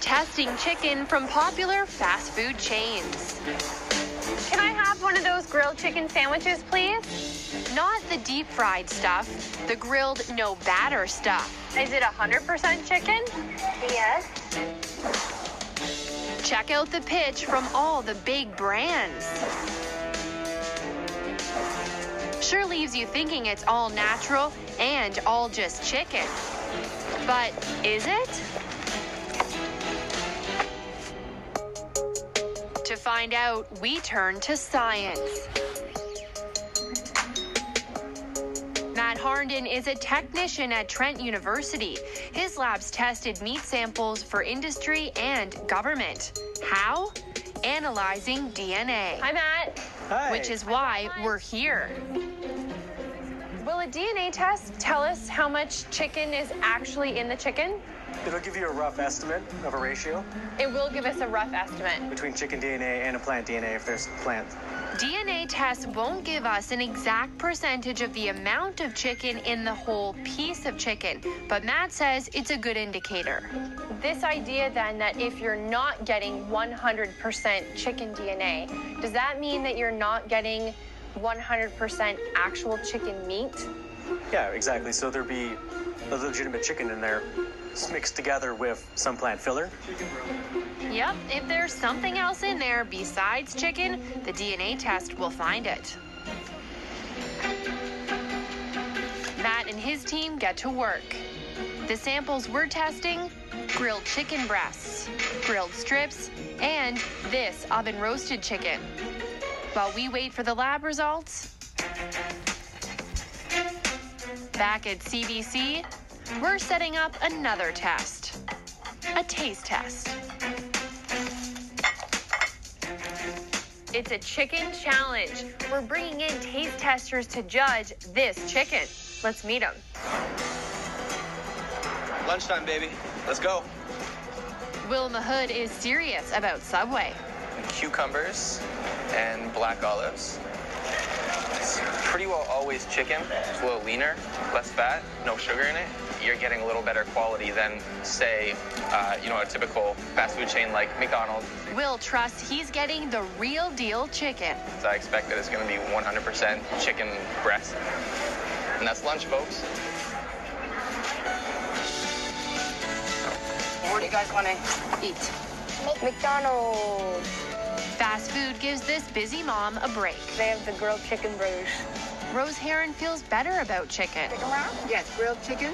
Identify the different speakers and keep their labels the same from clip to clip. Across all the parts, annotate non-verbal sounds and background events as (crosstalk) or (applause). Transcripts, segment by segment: Speaker 1: testing chicken from popular fast food chains.
Speaker 2: Can I have one of those grilled chicken sandwiches, please?
Speaker 1: Not the deep fried stuff, the grilled no batter stuff.
Speaker 2: Is it 100% chicken?
Speaker 3: Yes.
Speaker 1: Check out the pitch from all the big brands. Sure leaves you thinking it's all natural and all just chicken. But is it? To find out, we turn to science. Matt Harnden is a technician at Trent University. His labs tested meat samples for industry and government. How? Analyzing DNA,
Speaker 2: Hi, Matt.
Speaker 1: which is why we're here.
Speaker 2: Will a DNA test tell us how much chicken is actually in the chicken?
Speaker 4: It'll give you a rough estimate of a ratio
Speaker 2: It will give us a rough estimate.
Speaker 4: between chicken DNA and a plant DNA if there's a plant.
Speaker 1: DNA tests won't give us an exact percentage of the amount of chicken in the whole piece of chicken, but Matt says it's a good indicator.
Speaker 2: This idea then that if you're not getting 100% chicken DNA, does that mean that you're not getting 100% actual chicken meat?
Speaker 4: Yeah, exactly. So there'd be a legitimate chicken in there s- mixed together with some plant filler.
Speaker 1: Yep, if there's something else in there besides chicken, the DNA test will find it. Matt and his team get to work. The samples we're testing grilled chicken breasts, grilled strips, and this oven roasted chicken. While we wait for the lab results, back at CBC, we're setting up another test a taste test.
Speaker 2: It's a chicken challenge. We're bringing in taste testers to judge this chicken. Let's meet them.
Speaker 5: Lunchtime, baby. Let's go.
Speaker 1: Wilma Hood is serious about Subway.
Speaker 5: Cucumbers and black olives. It's pretty well always chicken. It's a little leaner, less fat, no sugar in it. You're getting a little better quality than, say, uh, you know, a typical fast food chain like McDonald's.
Speaker 1: Will trusts he's getting the real deal chicken.
Speaker 5: So I expect that it's going to be 100% chicken breast. And that's lunch, folks.
Speaker 6: What do you guys want to eat?
Speaker 3: McDonald's.
Speaker 1: Fast food gives this busy mom a break.
Speaker 6: They have the grilled chicken burgers.
Speaker 1: Rose Heron feels better about chicken,
Speaker 6: Yes, grilled chicken.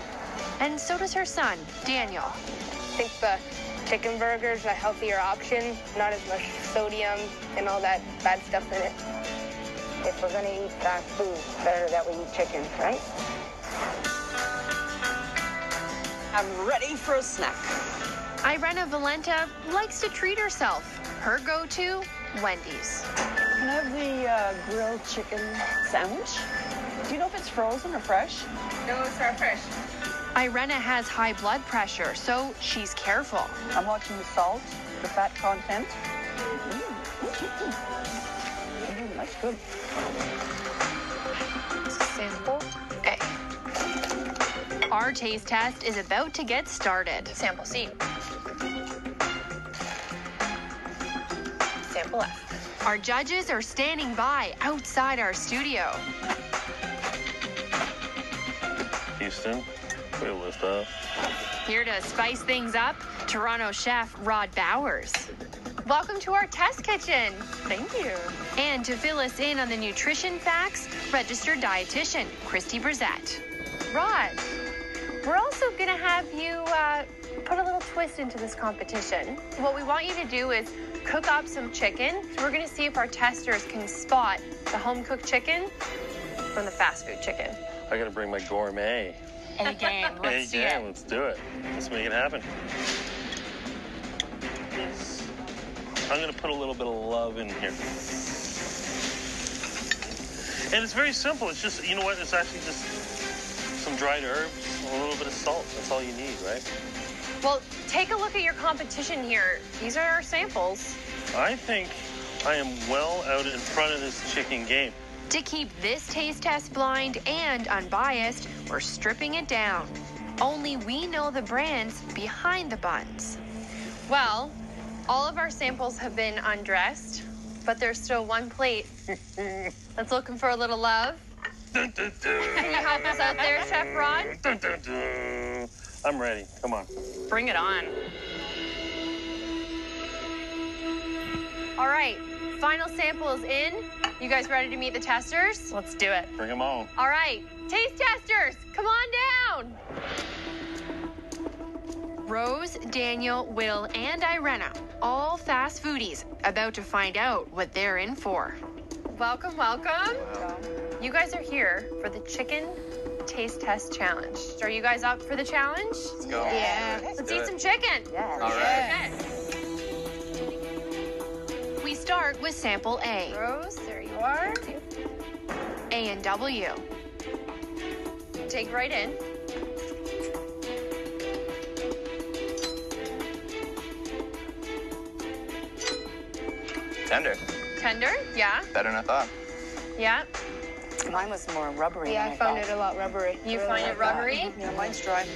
Speaker 1: and so does her son, Daniel.
Speaker 7: I think the chicken burger's a healthier option, not as much sodium and all that bad stuff in it.
Speaker 3: If we're gonna eat fast food, better that we eat chicken, right?
Speaker 6: I'm ready for a snack.
Speaker 1: Irena Valenta likes to treat herself. Her go to, Wendy's.
Speaker 6: Can I have the uh, grilled chicken sandwich? Do you know if it's frozen or fresh?
Speaker 1: Irena has high blood pressure, so she's careful.
Speaker 6: I'm watching the salt, the fat content. Mm, that's good.
Speaker 2: Sample. A.
Speaker 1: Our taste test is about to get started.
Speaker 2: Sample C. Sample F.
Speaker 1: Our judges are standing by outside our studio.
Speaker 8: Houston, we lift up.
Speaker 1: Here to spice things up, Toronto chef Rod Bowers.
Speaker 2: Welcome to our test kitchen. Thank you.
Speaker 1: And to fill us in on the nutrition facts, registered dietitian Christy Brissette.
Speaker 2: Rod, we're also going to have you uh, put a little twist into this competition. What we want you to do is cook up some chicken. So we're going to see if our testers can spot the home cooked chicken from the fast food chicken.
Speaker 8: I gotta bring my gourmet. (laughs) A game, let's do it. Let's do it. Let's make it happen. I'm gonna put a little bit of love in here. And it's very simple. It's just, you know what? It's actually just some dried herbs, a little bit of salt. That's all you need, right?
Speaker 2: Well, take a look at your competition here. These are our samples.
Speaker 8: I think I am well out in front of this chicken game.
Speaker 1: To keep this taste test blind and unbiased, we're stripping it down. Only we know the brands behind the buns.
Speaker 2: Well, all of our samples have been undressed, but there's still one plate (laughs) that's looking for a little love.
Speaker 8: Dun, dun, dun,
Speaker 2: Can you help us out there, Chef Ron?
Speaker 8: dun, dun, dun. I'm ready. Come on.
Speaker 9: Bring it on.
Speaker 2: All right, final sample is in. You guys ready to meet the testers?
Speaker 9: Let's do it.
Speaker 8: Bring them on.
Speaker 2: All right, taste testers, come on down.
Speaker 1: Rose, Daniel, Will, and Irena, all fast foodies, about to find out what they're in for.
Speaker 2: Welcome, welcome. You guys are here for the chicken taste test challenge. Are you guys up for the challenge?
Speaker 5: Let's go.
Speaker 7: Yeah.
Speaker 2: Let's
Speaker 5: do
Speaker 2: eat
Speaker 5: it.
Speaker 2: some chicken.
Speaker 5: All right.
Speaker 1: We start with sample A,
Speaker 2: Rose, there you are.
Speaker 1: A and W.
Speaker 2: Dig right in.
Speaker 5: Tender.
Speaker 2: Tender? Yeah,
Speaker 5: Better than I thought.
Speaker 2: yeah.
Speaker 9: Mine was more rubbery.
Speaker 7: Yeah, I found it a lot rubbery.
Speaker 2: You
Speaker 7: Really
Speaker 2: find
Speaker 7: like
Speaker 2: it rubbery?
Speaker 6: Yeah, mine's dry.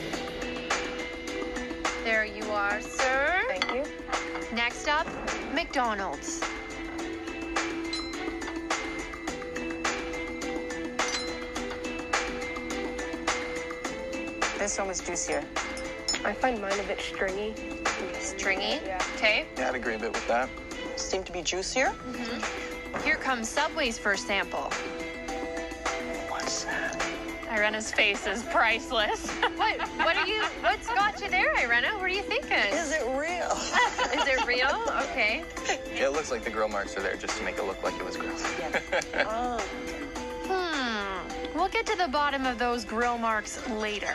Speaker 2: There you are, sir.
Speaker 7: that. Thank you.
Speaker 1: Next up, McDonald's.
Speaker 9: This one was juicier.
Speaker 7: I find mine a bit stringy.
Speaker 2: Stringy.
Speaker 7: Yeah.
Speaker 2: Okay.
Speaker 5: Yeah, I'd agree a bit with that.
Speaker 6: Seemed to be juicier.
Speaker 1: Here comes Subway's first sample.
Speaker 5: What's that?
Speaker 9: Irena's face is
Speaker 1: (laughs)
Speaker 9: priceless.
Speaker 2: What what are you what's got you there, Irena? What are you thinking?
Speaker 6: Is it real?
Speaker 2: Is it real? Okay.
Speaker 5: It looks like the grill marks are there just to make it look like it was grilled.
Speaker 6: oh,
Speaker 1: Hmm. We'll get to the bottom of those grill marks later.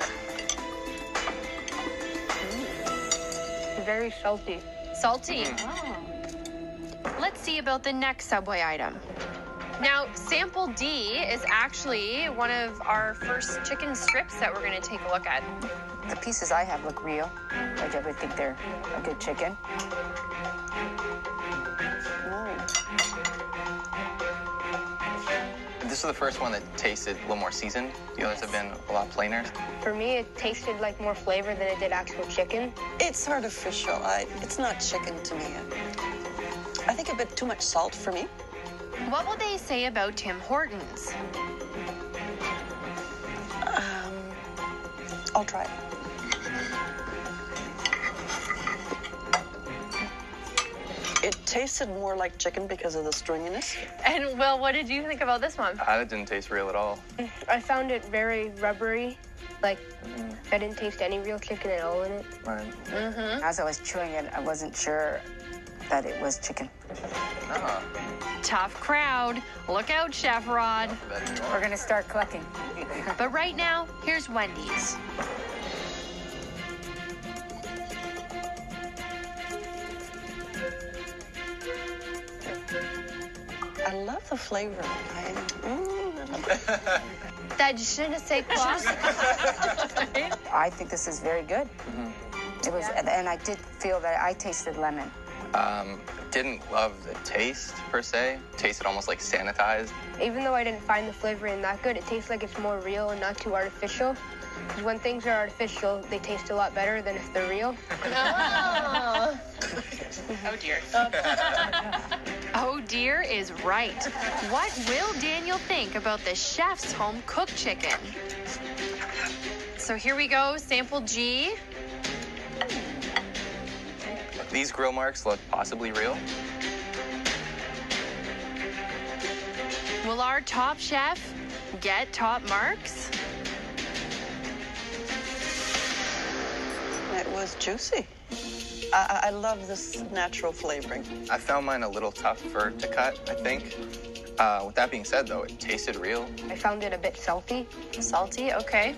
Speaker 7: Very salty. Mm-hmm.
Speaker 2: Salty.
Speaker 1: Oh. Let's see about the next Subway item.
Speaker 2: Now, sample D is actually one of our first chicken strips that we're gonna take a look at.
Speaker 9: The pieces I have look real. Like I would think they're a good chicken.
Speaker 5: This is the first one that tasted a little more seasoned. The others have been a lot plainer.
Speaker 7: For me, it tasted like more flavor than it did actual chicken.
Speaker 6: it's artificial. I, it's not chicken to me. I think a bit too much salt for me.
Speaker 1: What will they say about Tim Hortons?
Speaker 6: I'll try it. It tasted more like chicken because of the stringiness.
Speaker 2: And Will, what did you think about this one?
Speaker 5: Ah, that didn't taste real at all.
Speaker 7: I found it very rubbery. Like, I didn't taste any real chicken at all in it.
Speaker 5: Right.
Speaker 9: As I was chewing it, I wasn't sure that it was chicken.
Speaker 5: Ah,
Speaker 1: Tough crowd. Look out, Chef Rod.
Speaker 5: that-
Speaker 9: We're gonna start clucking.
Speaker 1: But right now, here's Wendy's.
Speaker 6: I love the flavor. I, mm, I love it.
Speaker 2: That je ne sais quoi.
Speaker 9: I think this is very good. It was, and I did feel that I tasted lemon.
Speaker 5: Um, didn't love the taste per se. Tasted almost like sanitized.
Speaker 7: Even though I didn't find the flavor in that good, it tastes like it's more real and not too artificial. 'Cause when things are artificial, they taste a lot better than if they're real.
Speaker 9: Oh dear.
Speaker 1: Oh dear is right. What will Daniel think about the chef's home cooked chicken?
Speaker 2: so here we go, sample G.
Speaker 5: These grill marks look possibly real.
Speaker 1: Will our top chef get top marks?
Speaker 6: It was juicy. I, I I love this natural flavoring.
Speaker 5: I found mine a little tough for to cut. I think. Uh, with that being said, though, it tasted real.
Speaker 7: I found it a bit salty.
Speaker 2: Salty, okay.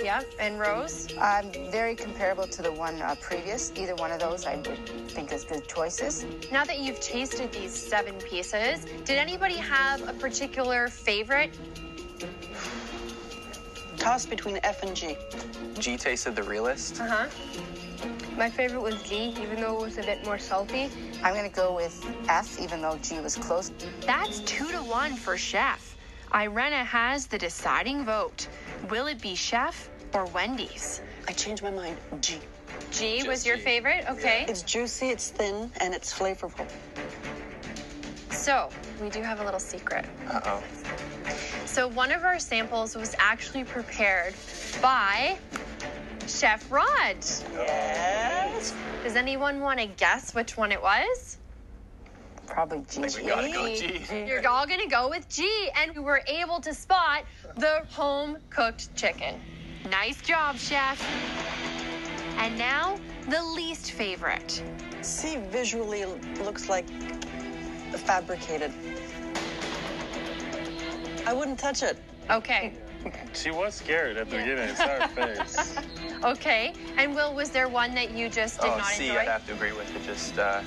Speaker 2: Yeah, and Rose.
Speaker 9: Um, very comparable to the one uh, previous. Either one of those, I would think is good choices.
Speaker 2: Now that you've tasted these seven pieces, did anybody have a particular favorite?
Speaker 6: Toss between F and G.
Speaker 5: G tasted the realest.
Speaker 2: Uh-huh.
Speaker 7: My favorite was G, even though it was a bit more salty.
Speaker 9: I'm gonna go with F, even though G was close.
Speaker 1: That's two to one for Chef. Irena has the deciding vote. Will it be Chef or Wendy's?
Speaker 6: I changed my mind. G.
Speaker 2: G was your favorite? Okay.
Speaker 6: It's juicy, it's thin, and it's flavorful.
Speaker 2: So, we do have a little secret.
Speaker 5: Uh oh.
Speaker 2: So, one of our samples was actually prepared by Chef Rod. Yes. Does anyone want to guess which one it was?
Speaker 9: Probably G.
Speaker 5: We gotta go G.
Speaker 2: You're all going to go with G, and we were able to spot the home cooked chicken.
Speaker 1: Nice job, Chef. And now, the least favorite.
Speaker 6: See, visually l- looks like fabricated. I wouldn't touch it.
Speaker 2: Okay.
Speaker 8: She was scared at the beginning. It's our face.
Speaker 2: Okay. And Will, was there one that you just did
Speaker 5: Oh,
Speaker 2: not
Speaker 5: C,
Speaker 2: enjoy?
Speaker 5: I'd have to agree with it. Just, uh,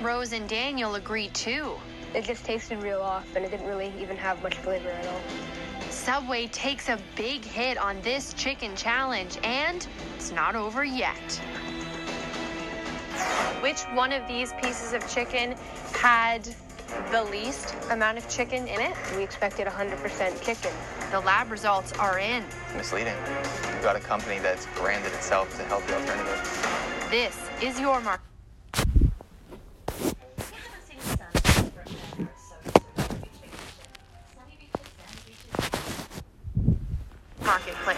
Speaker 1: Rose and Daniel agree too.
Speaker 7: It just tasted real off, and it didn't really even have much flavor at all.
Speaker 1: Subway takes a big hit on this chicken challenge, and it's not over yet.
Speaker 2: Which one of these pieces of chicken had the least amount of chicken in it?
Speaker 7: We expected 100% chicken.
Speaker 1: The lab results are in.
Speaker 5: misleading. We've got a company that's branded itself as a healthy alternative.
Speaker 1: This is your mark.
Speaker 2: Marketplace.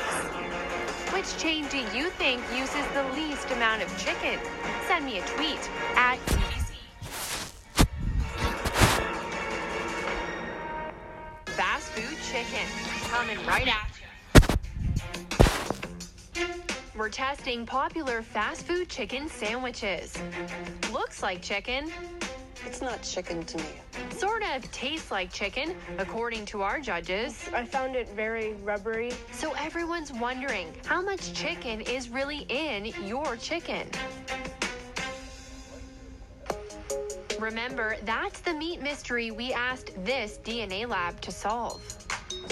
Speaker 1: Which chain do you think uses the least amount of chicken? Send me a tweet at Fast Food Chicken. Coming right at you. We're testing popular fast food chicken sandwiches. Looks like chicken,
Speaker 6: It's not chicken to me.
Speaker 1: sort of tastes like chicken, according to our judges.
Speaker 7: I found it very rubbery.
Speaker 1: So everyone's wondering how much chicken is really in your chicken. Remember, that's the meat mystery we asked this DNA lab to solve.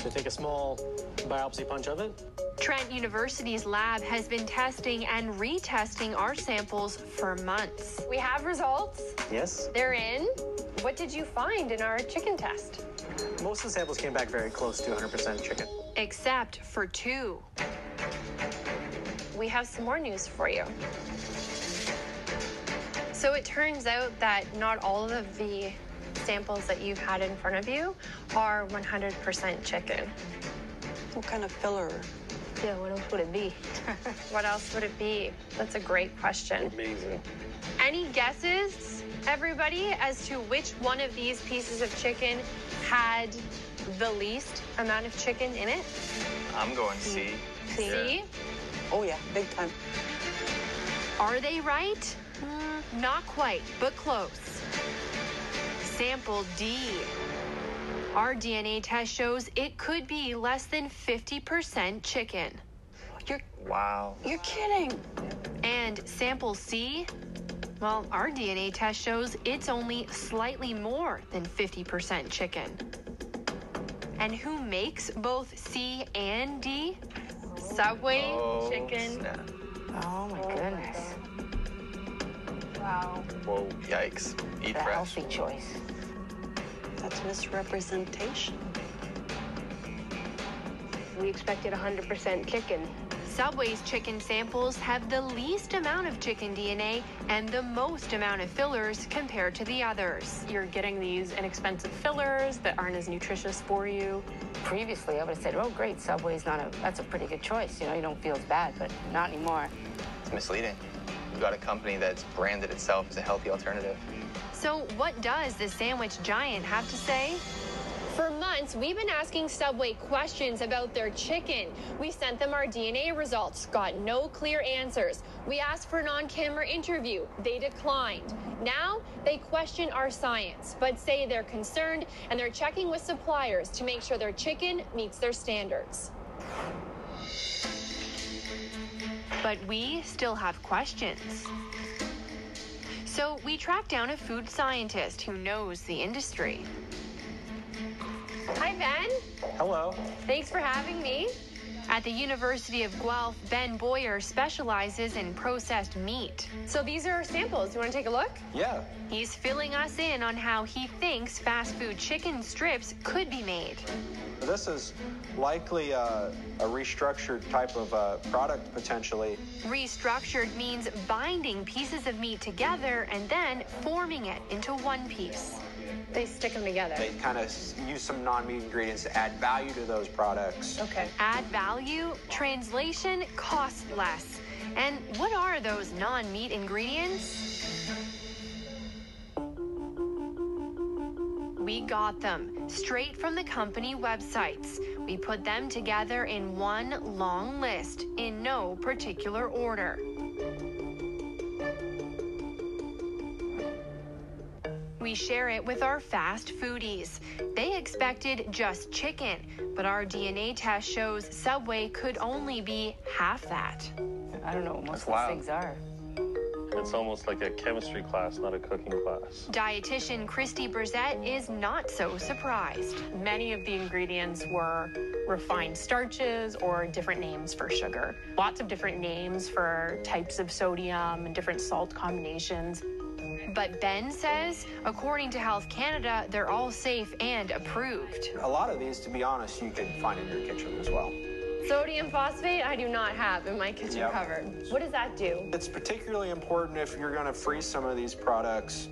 Speaker 4: So take a small biopsy punch of it.
Speaker 1: Trent University's lab has been testing and retesting our samples for months.
Speaker 2: We have results.
Speaker 4: Yes.
Speaker 2: They're in. What did you find in our chicken test?
Speaker 4: Most of the samples came back very close to 100% chicken.
Speaker 1: Except for two.
Speaker 2: We have some more news for you. So it turns out that not all of the samples that you've had in front of you are 100% chicken.
Speaker 6: What kind of filler?
Speaker 7: Yeah, what else would it
Speaker 6: (laughs)
Speaker 7: be?
Speaker 2: What else would it be? That's a great question.
Speaker 8: Amazing.
Speaker 2: Any guesses, everybody, as to which one of these pieces of chicken had the least amount of chicken in it?
Speaker 5: I'm going C.
Speaker 2: See?
Speaker 6: Oh yeah, big time.
Speaker 1: Are they right? Mm, not quite, but close. Sample D. Our DNA test shows it could be less than 50% chicken.
Speaker 5: Wow.
Speaker 6: You're kidding.
Speaker 1: And sample C? Well, our DNA test shows it's only slightly more than 50% chicken. And who makes both C and D?
Speaker 2: Subway
Speaker 5: Oh,
Speaker 2: chicken.
Speaker 5: snap.
Speaker 9: Oh my goodness.
Speaker 5: Whoa, yikes. Eat
Speaker 9: The
Speaker 5: fresh.
Speaker 9: healthy choice.
Speaker 6: That's misrepresentation.
Speaker 7: We expected 100% chicken.
Speaker 1: Subway's chicken samples have the least amount of chicken DNA and the most amount of fillers compared to the others.
Speaker 10: You're getting these inexpensive fillers that aren't as nutritious for you.
Speaker 9: Previously, I would have said, "Oh, great, Subway's not a. That's a pretty good choice. You know, you don't feel as bad, but not anymore."
Speaker 5: It's misleading. We've got a company that's branded itself as a healthy alternative.
Speaker 1: So, what does the sandwich giant have to say?
Speaker 2: For months, we've been asking Subway questions about their chicken. We sent them our DNA results, got no clear answers. We asked for an on camera interview, they declined. Now, they question our science, but say they're concerned and they're checking with suppliers to make sure their chicken meets their standards.
Speaker 1: But we still have questions. So, we tracked down a food scientist who knows the industry.
Speaker 2: Hi, Ben.
Speaker 4: Hello.
Speaker 2: Thanks for having me.
Speaker 1: At the University of Guelph, Ben Boyer specializes in processed meat.
Speaker 2: So these are our samples. You want to take a look?
Speaker 11: Yeah.
Speaker 1: He's filling us in on how he thinks fast food chicken strips could be made.
Speaker 11: This is likely uh, a restructured type of uh, product potentially.
Speaker 1: Restructured means binding pieces of meat together and then forming it into one piece.
Speaker 2: They stick them together.
Speaker 11: They kind of use some non meat ingredients to add value to those products.
Speaker 2: Okay.
Speaker 1: Add value, translation, cost less. And what are those non meat ingredients? We got them straight from the company websites. We put them together in one long list in no particular order. We share it with our fast foodies. They expected just chicken, but our DNA test shows Subway could only be half that.
Speaker 9: I don't know what most
Speaker 8: That's
Speaker 9: of
Speaker 8: wild.
Speaker 9: these things are.
Speaker 8: It's almost like a chemistry class, not a cooking class.
Speaker 1: Dietitian Christy Brizette is not so surprised.
Speaker 10: Many of the ingredients were refined starches or different names for sugar. Lots of different names for types of sodium and different salt combinations.
Speaker 1: But Ben says, according to Health Canada, they're all safe and approved.
Speaker 11: A lot of these, to be honest, you can find in your kitchen as well.
Speaker 2: Sodium phosphate, I do not have in my kitchen
Speaker 11: Yep.
Speaker 2: cupboard. What does that do?
Speaker 11: It's particularly important if you're going to freeze some of these products.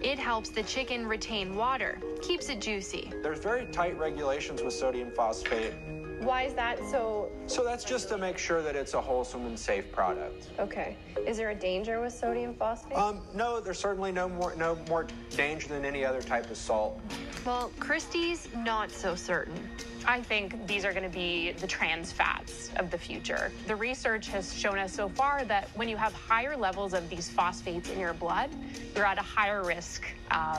Speaker 1: It helps the chicken retain water, keeps it juicy.
Speaker 11: There's very tight regulations with sodium phosphate.
Speaker 2: Why is that so?
Speaker 11: So that's just to make sure that it's a wholesome and safe product.
Speaker 2: Okay. Is there a danger with sodium phosphate?
Speaker 11: Um, no, there's certainly no more no more danger than any other type of salt.
Speaker 1: Well, Christie's not so certain.
Speaker 10: I think these are going to be the trans fats of the future. The research has shown us so far that when you have higher levels of these phosphates in your blood, you're at a higher risk of